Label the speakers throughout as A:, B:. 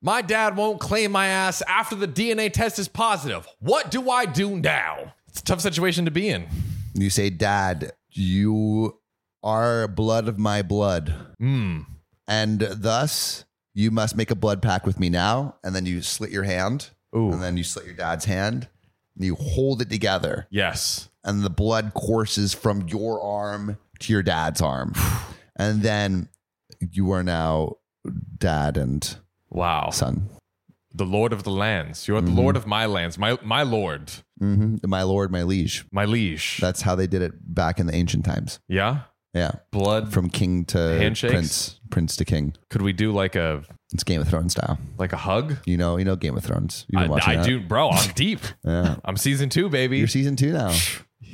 A: My dad won't claim my ass after the DNA test is positive. What do I do now? It's a tough situation to be in.
B: You say, Dad, you are blood of my blood.
A: Mm.
B: And thus, you must make a blood pact with me now. And then you slit your hand.
A: Ooh.
B: And then you slit your dad's hand. And you hold it together.
A: Yes.
B: and the blood courses from your arm to your dad's arm. and then you are now dad and
A: Wow.
B: son.
A: The Lord of the Lands. You're
B: Mm-hmm.
A: the Lord of my lands. My my Lord.
B: hmm My lord, my liege.
A: My liege.
B: That's how they did it back in the ancient times.
A: yeah?
B: Yeah.
A: Blood
B: From king to
A: Handshakes?
B: prince, prince to king.
A: could we do like a
B: It's Game of Thrones style.
A: like a hug?
B: You know, you know Game of Thrones. You've
A: I,
B: been watching
A: I
B: that.
A: do, bro. I'm deep.
B: Yeah.
A: I'm season two, baby.
B: You're season two now.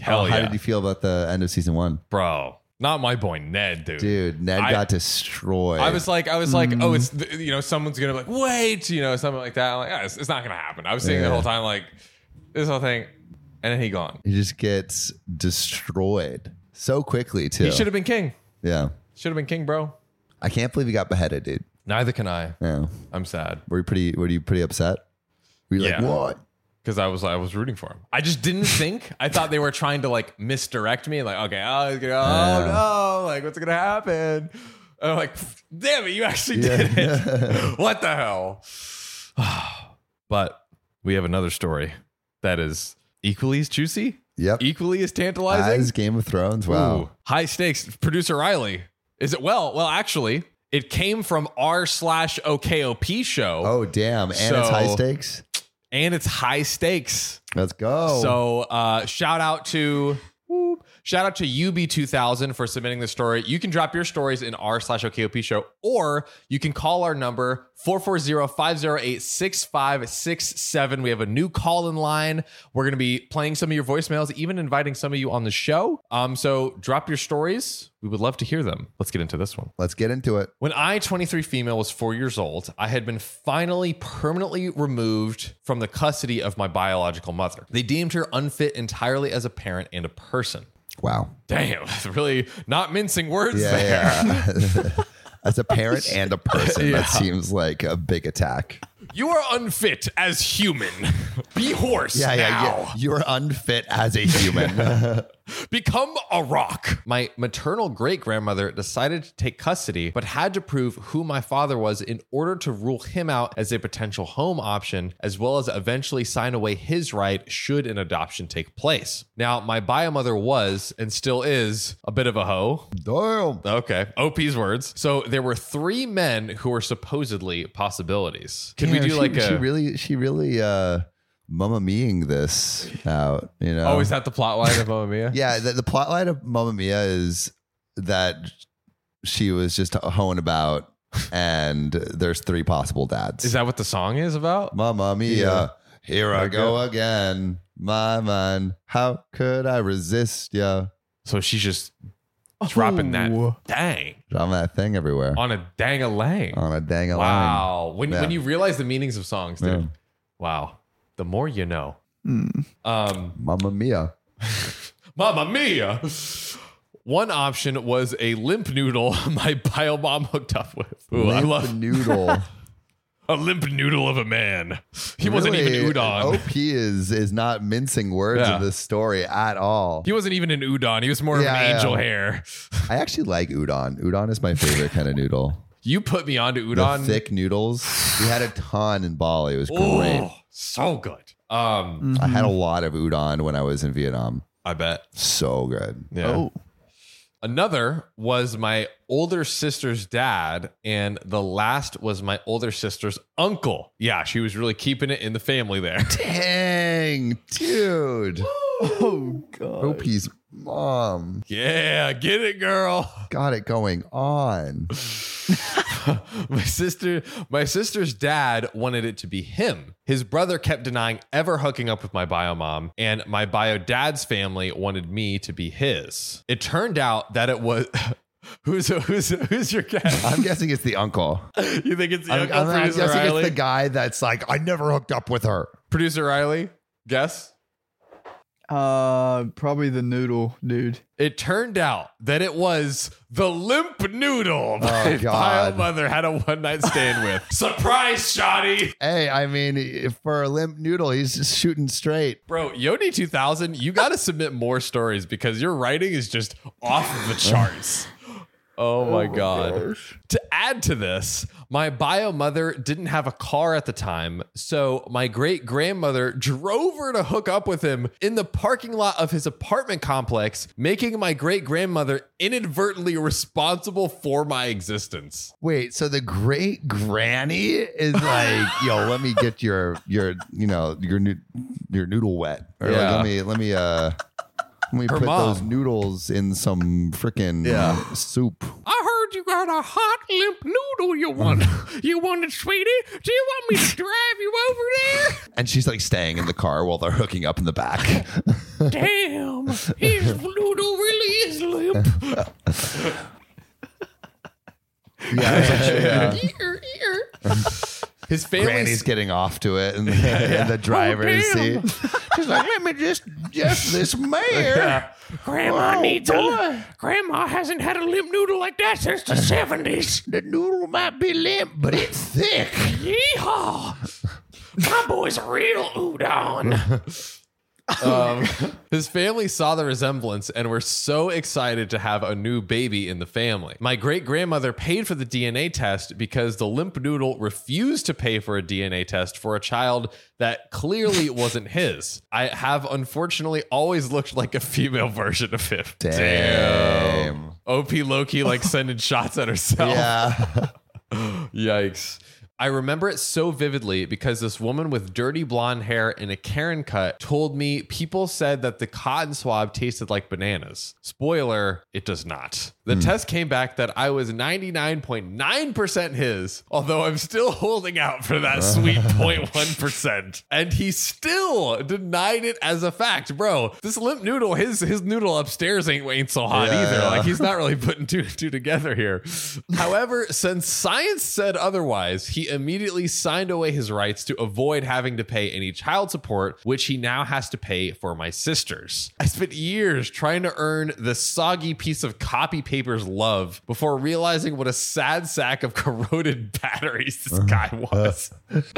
A: Hell
B: How
A: yeah,
B: did you feel about the end of season one?
A: bro. Not my boy Ned, dude.
B: Dude, Ned
A: I-
B: got destroyed.
A: I was like, I was like, oh, it's th- you know, someone's gonna be like, wait, you know, something like that. I'm like, ah, it's, it's not gonna happen. I was sitting the
B: Yeah.
A: whole time like this whole thing, and then he gone.
B: he just gets destroyed so quickly too.
A: He should have been king.
B: yeah.
A: Should have been king, bro.
B: I can't believe he got beheaded, dude.
A: Neither can I.
B: Yeah.
A: I'm sad
B: Were you pretty were you pretty upset? Were you like,
A: Yeah.
B: what?
A: because I was I was rooting for him. I just didn't think. I thought they were trying to like misdirect me. Like, okay, oh, he's gonna, oh no, like what's gonna happen? And I'm like, damn it, you actually did it. what the hell? but we have another story that is equally as juicy,
B: Yep.
A: equally as tantalizing.
B: As Game of Thrones. Wow.
A: Ooh, high stakes. Producer Riley, is it? Well, well, actually, it came from r slash OKOP show,
B: Oh damn. And it's
A: So-
B: high stakes.
A: and it's high stakes.
B: Let's go.
A: So uh, shout out to whoop, shout out to UB2000 for submitting this story. You can drop your stories in r slash OKOP show, or you can call our number 440-508-6567. We have a new call in line. We're going to be playing some of your voicemails, even inviting some of you on the show. Um, so drop your stories. We would love to hear them. Let's get into this one.
B: let's get into it.
A: When I, 23 female, was four years old, I had been finally permanently removed from the custody of my biological mother. They deemed her unfit entirely as a parent and a person.
B: Wow.
A: Damn, really not mincing words
B: Yeah.
A: there.
B: yeah. As a parent and a person, that seems like a big attack.
A: You are unfit as human. Be horse
B: Yeah, yeah,
A: now.
B: yeah. You're unfit as a human.
A: Become a rock. My maternal great grandmother decided to take custody, but had to prove who my father was in order to rule him out as a potential home option, as well as eventually sign away his right should an adoption take place. Now, my bio mother was and still is a bit of a hoe.
B: Damn.
A: Okay. OP's words. So there were three men who were supposedly possibilities. Can we
B: Damn,
A: do
B: she,
A: like a.
B: she really she really uh mamma meing this out, you know.
A: oh, is that the plot line of Mamma Mia?
B: Yeah, the, the plot line of Mamma Mia is that she was just hoeing about, and there's three possible dads.
A: Is that what the song is about?
B: Mamma Mia,
A: Yeah.
B: here I go again. My mind, how could I resist ya?
A: So she's just dropping
B: Oh.
A: that dang
B: Dropping that thing everywhere
A: on a dang a lang.
B: on a dang a line.
A: Wow. When
B: Yeah.
A: when you realize the meanings of songs, dude.
B: Yeah. Hmm.
A: Wow. The more you know.
C: Mm.
A: Um
B: Mamma Mia.
A: Mamma Mia. One option was a limp noodle my bio mom hooked up with. Ooh, I
B: Limp
A: love
B: noodle.
A: a limp noodle of a man. He wasn't even
B: Really, Oh.
A: udon.
B: Op is is not mincing words
A: Yeah.
B: in this story at all.
A: He wasn't even an udon. He was more of
B: Yeah,
A: an
B: yeah.
A: angel hair.
B: I actually like udon. Udon is my favorite kind of noodle.
A: You put me onto
B: the
A: udon.
B: thick noodles. We had a ton in Bali. It was great.
A: Oh, so good. Um,
B: I had a
C: Mm-hmm.
B: lot of udon when I was in Vietnam.
A: I bet.
B: So good.
A: Yeah.
C: Oh,
A: Another was my older sister's dad, and the last was my older sister's uncle. Yeah, she was really keeping it in the family there.
B: Dang, dude.
C: oh god.
B: Opie's mom
A: yeah, get it, girl.
B: got it going on.
A: my sister, my sister's dad wanted it to be him. His brother kept denying ever hooking up with my bio mom, and my bio dad's family wanted me to be his. It turned out that it was who's who's who's your guess?
B: I'm guessing it's the uncle.
A: you think it's the
B: I'm,
A: uncle
B: I'm- I'm
A: producer
B: guessing
A: Riley?
B: it's the guy that's like, I never hooked up with her.
A: Producer Riley, guess.
C: Uh, probably the noodle dude.
A: It turned out that it was the limp noodle my vile
B: God.
A: mother had a one night stand with. Surprise, Shoddy!
B: Hey, I mean, if for a limp noodle, he's just shooting straight.
A: Bro, Yoni 2000, you got to submit more stories because your writing is just off the charts. Oh my god. To add to this, my bio mother didn't have a car at the time, so my great grandmother drove her to hook up with him in the parking lot of his apartment complex, making my great grandmother inadvertently responsible for my existence.
B: Wait, so the great granny is like, yo, let me get your your you know your new your noodle wet, or like,
A: Yeah.
B: let me let me uh let me
A: Her
B: put those
A: mom.
B: noodles in some freaking
C: Yeah.
B: soup.
A: I heard you got a hot limp noodle you want. you want it, sweetie? Do you want me to drive you over there?
B: And she's like staying in the car while they're hooking up in the back.
A: Damn, his noodle really is limp.
B: yeah,
A: His
B: Granny's
A: family's
B: getting off to it in the, in the driver's seat. She's like, let me just just this mayor.
D: Grandma
B: Oh,
D: needs a.
B: boy.
D: Grandma hasn't had a limp noodle like that since the seventies.
B: The noodle might be limp, but it's thick.
D: Yeehaw! My boy's a real udon.
A: um, his family saw the resemblance and were so excited to have a new baby in the family. My great grandmother paid for the DNA test because the limp noodle refused to pay for a DNA test for a child that clearly wasn't his. I have unfortunately always looked like a female version of him.
B: Damn.
A: OP Loki like sending shots at herself.
B: Yeah.
A: Yikes. I remember it so vividly because this woman with dirty blonde hair and a Karen cut told me people said that the cotton swab tasted like bananas. Spoiler, it does not.
B: Hmm.
A: The test came back that I was 99.9% his, although I'm still holding out for that sweet 0.1%. And he still denied it as a fact. Bro, this limp noodle, his his noodle upstairs ain't, ain't so hot
B: Yeah,
A: either.
B: yeah.
A: Like he's not really putting two and two together here. However, since science said otherwise, he immediately signed away his rights to avoid having to pay any child support, which he now has to pay for my sisters. I spent years trying to earn the soggy piece of copy paper's love before realizing what a sad sack of corroded batteries this guy was.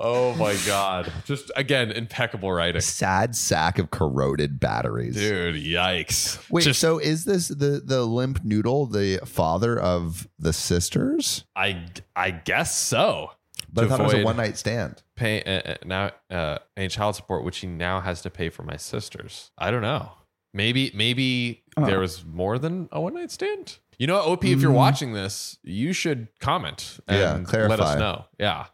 A: oh my God. Just again, impeccable writing.
B: Sad sack of corroded batteries.
A: Dude, yikes.
B: Wait,
A: Just-
B: so is this the the limp noodle the father of the sisters?
A: I I guess so.
B: But
A: To
B: I thought it was a
A: avoid-
B: one night stand.
A: pay uh, uh, now uh, any child support, which he now has to pay for my sisters. I don't know. Maybe maybe
C: Oh.
B: Uh.
A: there was more than a one night stand. You know, what, OP, if you're
C: Mm.
A: watching this, you should comment
B: Yeah,
A: and let
B: clarify.
A: us know. Yeah,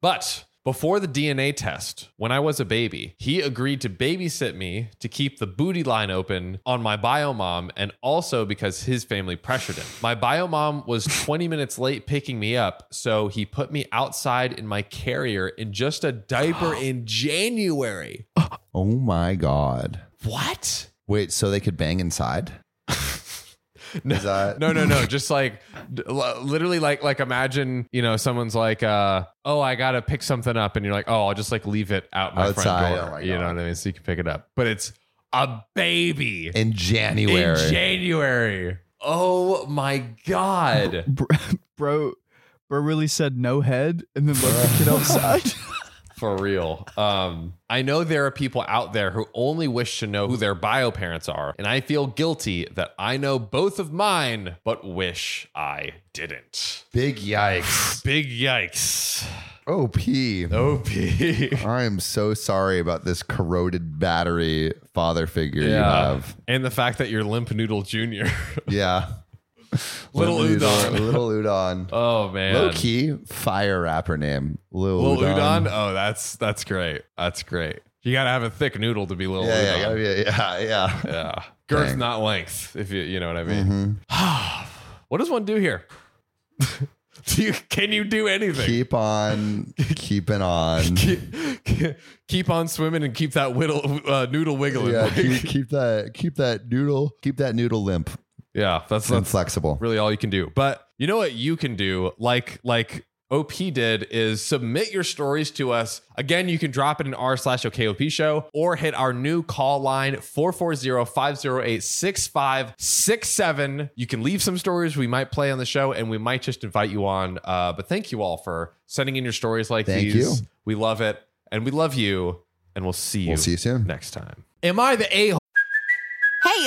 A: but. Before the DNA test, when I was a baby, he agreed to babysit me to keep the booty line open on my bio mom and also because his family pressured him. My bio mom was 20 minutes late picking me up, so he put me outside in my carrier in just a diaper in January.
B: Oh my god.
A: What?
B: Wait, so they could bang inside?
A: No.
B: Is that
A: No, no, no. Just like d- l- literally, like like imagine you know someone's like, uh, oh, I gotta pick something up, and you're like, oh, I'll just like leave it out my
B: Outside,
A: front
B: oh
A: door.
B: my
A: you know
B: God.
A: what I mean? So you can pick it up, but it's a baby
B: in January?
A: in January. Oh my god!
C: Bro, bro, bro really said no head and then let the kid outside.
A: For real. Um, I know there are people out there who only wish to know who their bio parents are, and I feel guilty that I know both of mine, but wish I didn't.
B: Big yikes.
A: Big yikes.
B: OP.
A: OP.
B: I am so sorry about this corroded battery father figure you have.
A: And the fact that you're Limp Noodle Jr.
B: Yeah.
A: Little
B: Limp noodle-
A: Udon.
B: Little Udon.
A: oh man.
B: Low key fire rapper name. Lil,
A: Little
B: Udon.
A: Udon. Oh, that's that's great. That's great. You gotta have a thick noodle to be Little
B: Yeah, yeah,
A: Udon.
B: gotta be a- yeah, yeah.
A: yeah. Girth,
B: Dang.
A: not length, if you you know what I mean.
B: Mhm.
A: What does one do here? do you, can you do anything?
B: Keep on keeping on.
A: Keep, keep on swimming and keep that whittle, uh, noodle wiggling.
B: yeah,
A: Like-
B: keep, keep that keep that noodle keep that noodle limp
A: yeah, that's
B: and
A: that's
B: flexible.
A: really all you can do. But you know what you can do, like like OP did is submit your stories to us. Again, you can drop it in r slash OKOP show or hit our new call line 440-508-6567. You can leave some stories we might play on the show and we might just invite you on. Uh, but thank you all for sending in your stories like
B: Thank
A: these.
B: you.
A: We love it and we love you and we'll see you,
B: We'll see you soon.
A: next time. Am I the a-hole?
E: Hey,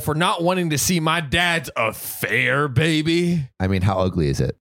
A: for not wanting to see my dad's affair, baby?
B: I mean, how ugly is it?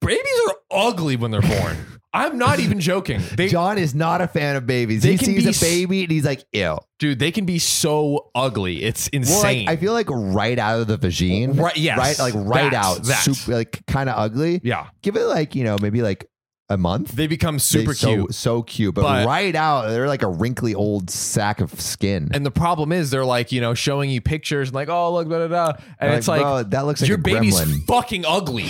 A: babies are ugly when they're born. I'm not even joking. They,
B: John is not a fan of babies.
A: They
B: He
A: can
B: sees
A: be
B: a
A: s-
B: baby and he's like, ew.
A: dude, they can be so ugly. It's
B: Well,
A: insane.
B: like, I feel like right out of the vagine.
A: Right- yes.
B: Right. Like right
A: That,
B: out.
A: that.
B: Super, like kind of ugly.
A: yeah,
B: Give it like, you know, maybe like a month.
A: they become super
B: They so,
A: cute.
B: So cute. But,
A: But-
B: right out, they're like a wrinkly old sack of skin.
A: And the problem is, they're like you know showing you pictures and like oh look da da da, and
B: Like,
A: it's like
B: bro, that looks like
A: your
B: a
A: baby's
B: gremlin.
A: fucking ugly.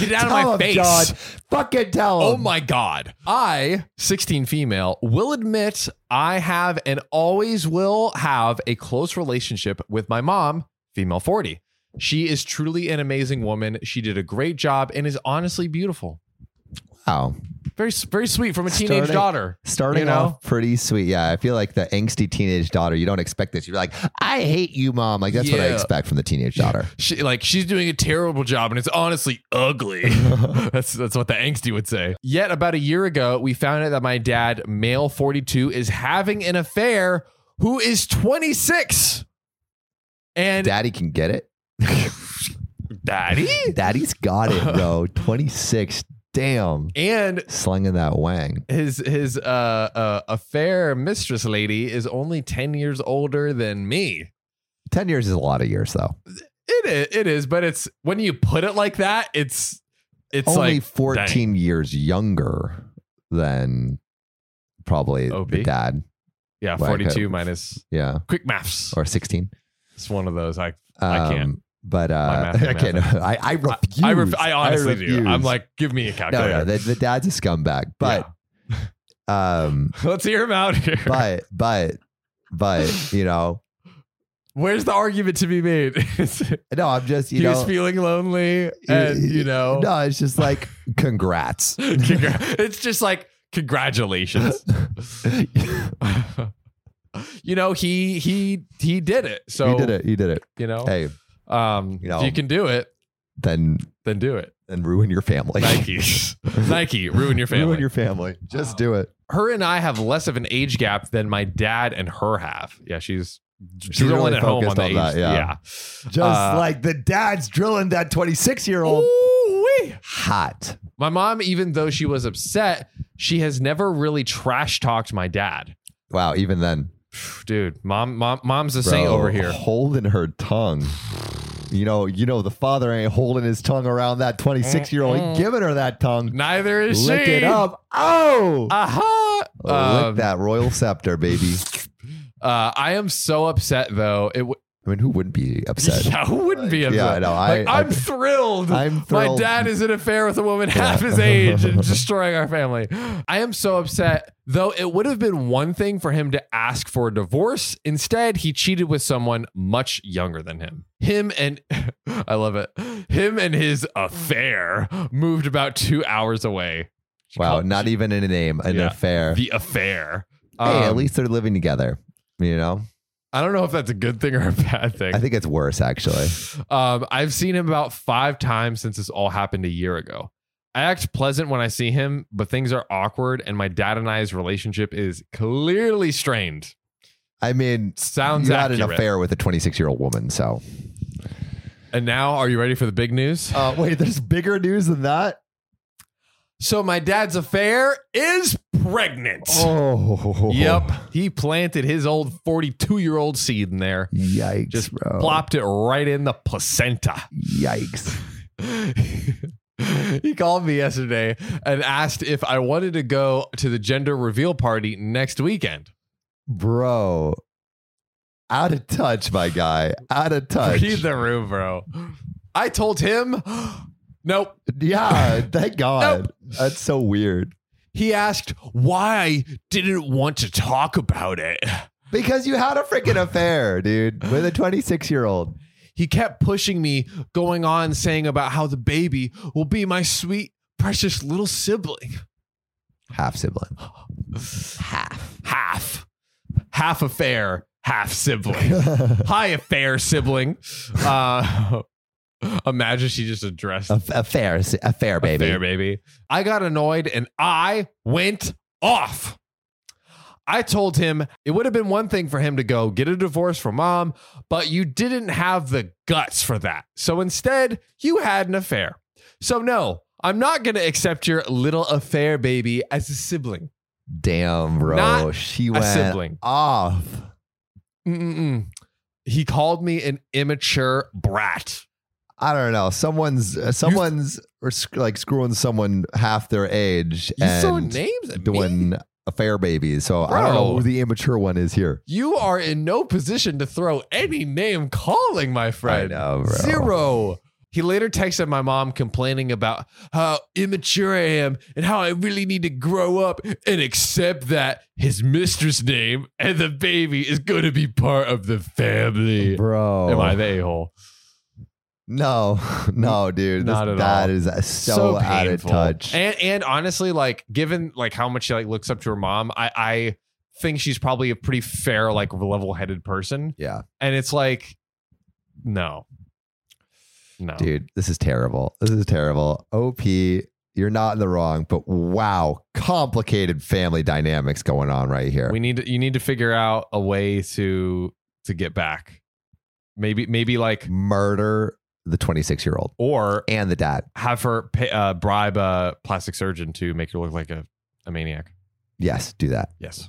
A: Get it out of
B: Tell
A: my
B: him,
A: face.
B: John. Fucking tell him.
A: Oh my God. I, 16 female, will admit I have and always will have a close relationship with my mom, female 40. She is truly an amazing woman. She did a great job and is honestly beautiful.
B: Wow.
A: Very, very sweet from a teenage
B: Starting-
A: daughter.
B: Starting
A: you know?
B: off pretty sweet. Yeah. I feel like the angsty teenage daughter, you don't expect this. You're like, I hate you, mom. Like, that's what I
A: Yeah.
B: expect from the teenage daughter.
A: She, like she's doing a terrible job and it's honestly ugly. that's that's what the angsty would say. Yet about a year ago, we found out that my dad, male 42, is having an affair who is 26. And
B: Daddy can get it.
A: daddy?
B: Daddy's got it, bro. 26. Damn.
A: And
B: Slinging that wang.
A: his his uh, uh affair mistress lady is only 10 years older than me.
B: 10 years is a lot of years, though.
A: It is, it is, but it's when you put it like that, it's it's
B: Only
A: like
B: 14
A: dang.
B: years younger than probably
A: OP?
B: the dad.
A: Yeah,
B: Like,
A: 42
B: uh,
A: minus
B: Yeah.
A: quick maths.
B: Or 16.
A: It's one of those I I can't.
B: But uh,
A: math
B: I
A: ain't
B: can't.
A: mathing.
B: I, I refuse.
A: I, ref- I honestly do. I'm
B: refuse.
A: like, give me a
B: no,
A: calculator.
B: no. The, the dad's a scumbag. But, um,
A: Let's hear him out here.
B: but, but, but, you know,
A: Where's the argument to be made?
B: no, I'm just, you
A: he was
B: know,
A: feeling lonely, and you know,
B: no, it's just like, congrats.
A: Congra- it's just like congratulations. you know, he he he did it. So Oh.
B: you did it. You did it.
A: You know,
B: Hey,
A: um,
B: You know.
A: if you can do it,
B: then,
A: then do it.
B: then ruin your family.
A: Nike, Nike, ruin your family.
B: Ruin your family. Just do it.
A: her and I have less of an age gap than my dad and her have. Yeah, she's she's,
B: really
A: rolling at home on
B: focused
A: the
B: on
A: age.
B: that, yeah. Just
A: Uh,
B: like the dad's drilling that 26 year old.
A: Ooh-wee.
B: Hot.
A: My mom, even though she was upset, she has never really trash talked my dad.
B: Wow. Even then,
A: Dude, mom, mom, mom's the saint
B: Bro,
A: over here.
B: holding her tongue. You know, you know, the father ain't holding his tongue around that 26 year old. He giving her that tongue.
A: Neither is she.
B: Lick it up. Oh,
A: Uh, Aha. um,
B: lick that royal scepter, baby.
A: Uh, I am so upset though. It w-
B: I mean, who wouldn't be upset?
A: Yeah, who wouldn't be upset?
B: Yeah, I know. I-
A: like,
B: I-
A: I'm thrilled.
B: I'm
A: My
B: thrilled.
A: dad is in an affair with a woman half his age and destroying our family. I am so upset. Though it would have been one thing for him to ask for a divorce. Instead, he cheated with someone much younger than him. Him and I love it. Him and his affair moved about two hours away. She
F: Wow,
A: called it
F: not even in a name, an
A: Yeah.
F: affair.
A: the affair.
F: hey, at
A: Um,
F: least they're living together. You know,
A: I don't know if that's a good thing or a bad thing.
F: I think it's worse actually.
A: Um, I've seen him about five times since this all happened a year ago. I act pleasant when I see him, but things are awkward, and my dad and I's relationship is clearly strained.
F: I mean,
A: Sounds
F: you had
A: accurate.
F: an affair with a 26 year old woman, so.
A: And now, are you ready for the big news?
F: Uh, wait, there's bigger news than that.
A: So my dad's affair is pregnant.
F: Oh,
A: Yep, he planted his old forty-two-year-old seed in there.
F: Yikes!
A: Just
F: bro.
A: plopped it right in the placenta.
F: Yikes!
A: he called me yesterday and asked if I wanted to go to the gender reveal party next weekend.
F: Bro, out of touch, my guy. Out of touch.
A: Read the room, bro. I told him, nope.
F: Yeah, thank God. That's so weird.
A: He asked why I didn't want to talk about it.
F: Because you had a freaking affair, dude, with a 26 year old.
A: He kept pushing me, going on saying about how the baby will be my sweet, precious little sibling.
F: Half sibling.
A: half half half affair half sibling high affair sibling uh imagine she just addressed
F: A- Affair, si- affair, baby.
A: affair baby i got annoyed and i went off I told him it would have been one thing for him to go get a divorce from mom, but you didn't have the guts for that. So instead, you had an affair. So, no, I'm not going to accept your little affair baby as a sibling.
F: Damn, bro.
A: Not
F: she
A: a
F: went
A: sibling.
F: off.
A: Mm-mm-mm. He called me an immature brat.
F: I don't know. Someone's, uh, someone's, or sc- like screwing someone half their age
A: You throw
F: and
A: names at me.
F: doing affair babies. So I don't
A: Bro.
F: know who the immature one is here.
A: You are in no position to throw any name calling, my friend.
F: know, bro.
A: Zero. He later texted my mom complaining about how immature I am and how I really need to grow up and accept that his mistress name and the baby is going to be part of the family.
F: Bro,
A: Am I the a hole?
F: No, no, dude. This,
A: Not at
F: that
A: all.
F: is so, out of
A: painful.
F: touch.
A: And and honestly, like given like how much she like looks up to her mom, I I think she's probably a pretty fair, like level headed person.
F: yeah,
A: And it's like, no. No.
F: dude, this is terrible. This is terrible. OP, you're not in the wrong, but wow, complicated family dynamics going on right here.
A: We need to, you need to figure out a way to to get back. Maybe maybe like
F: Murder the 26 year old
A: or
F: and the dad.
A: have her pay, uh, bribe a plastic surgeon to make her look like a, a maniac.
F: Yes, do that.
A: Yes.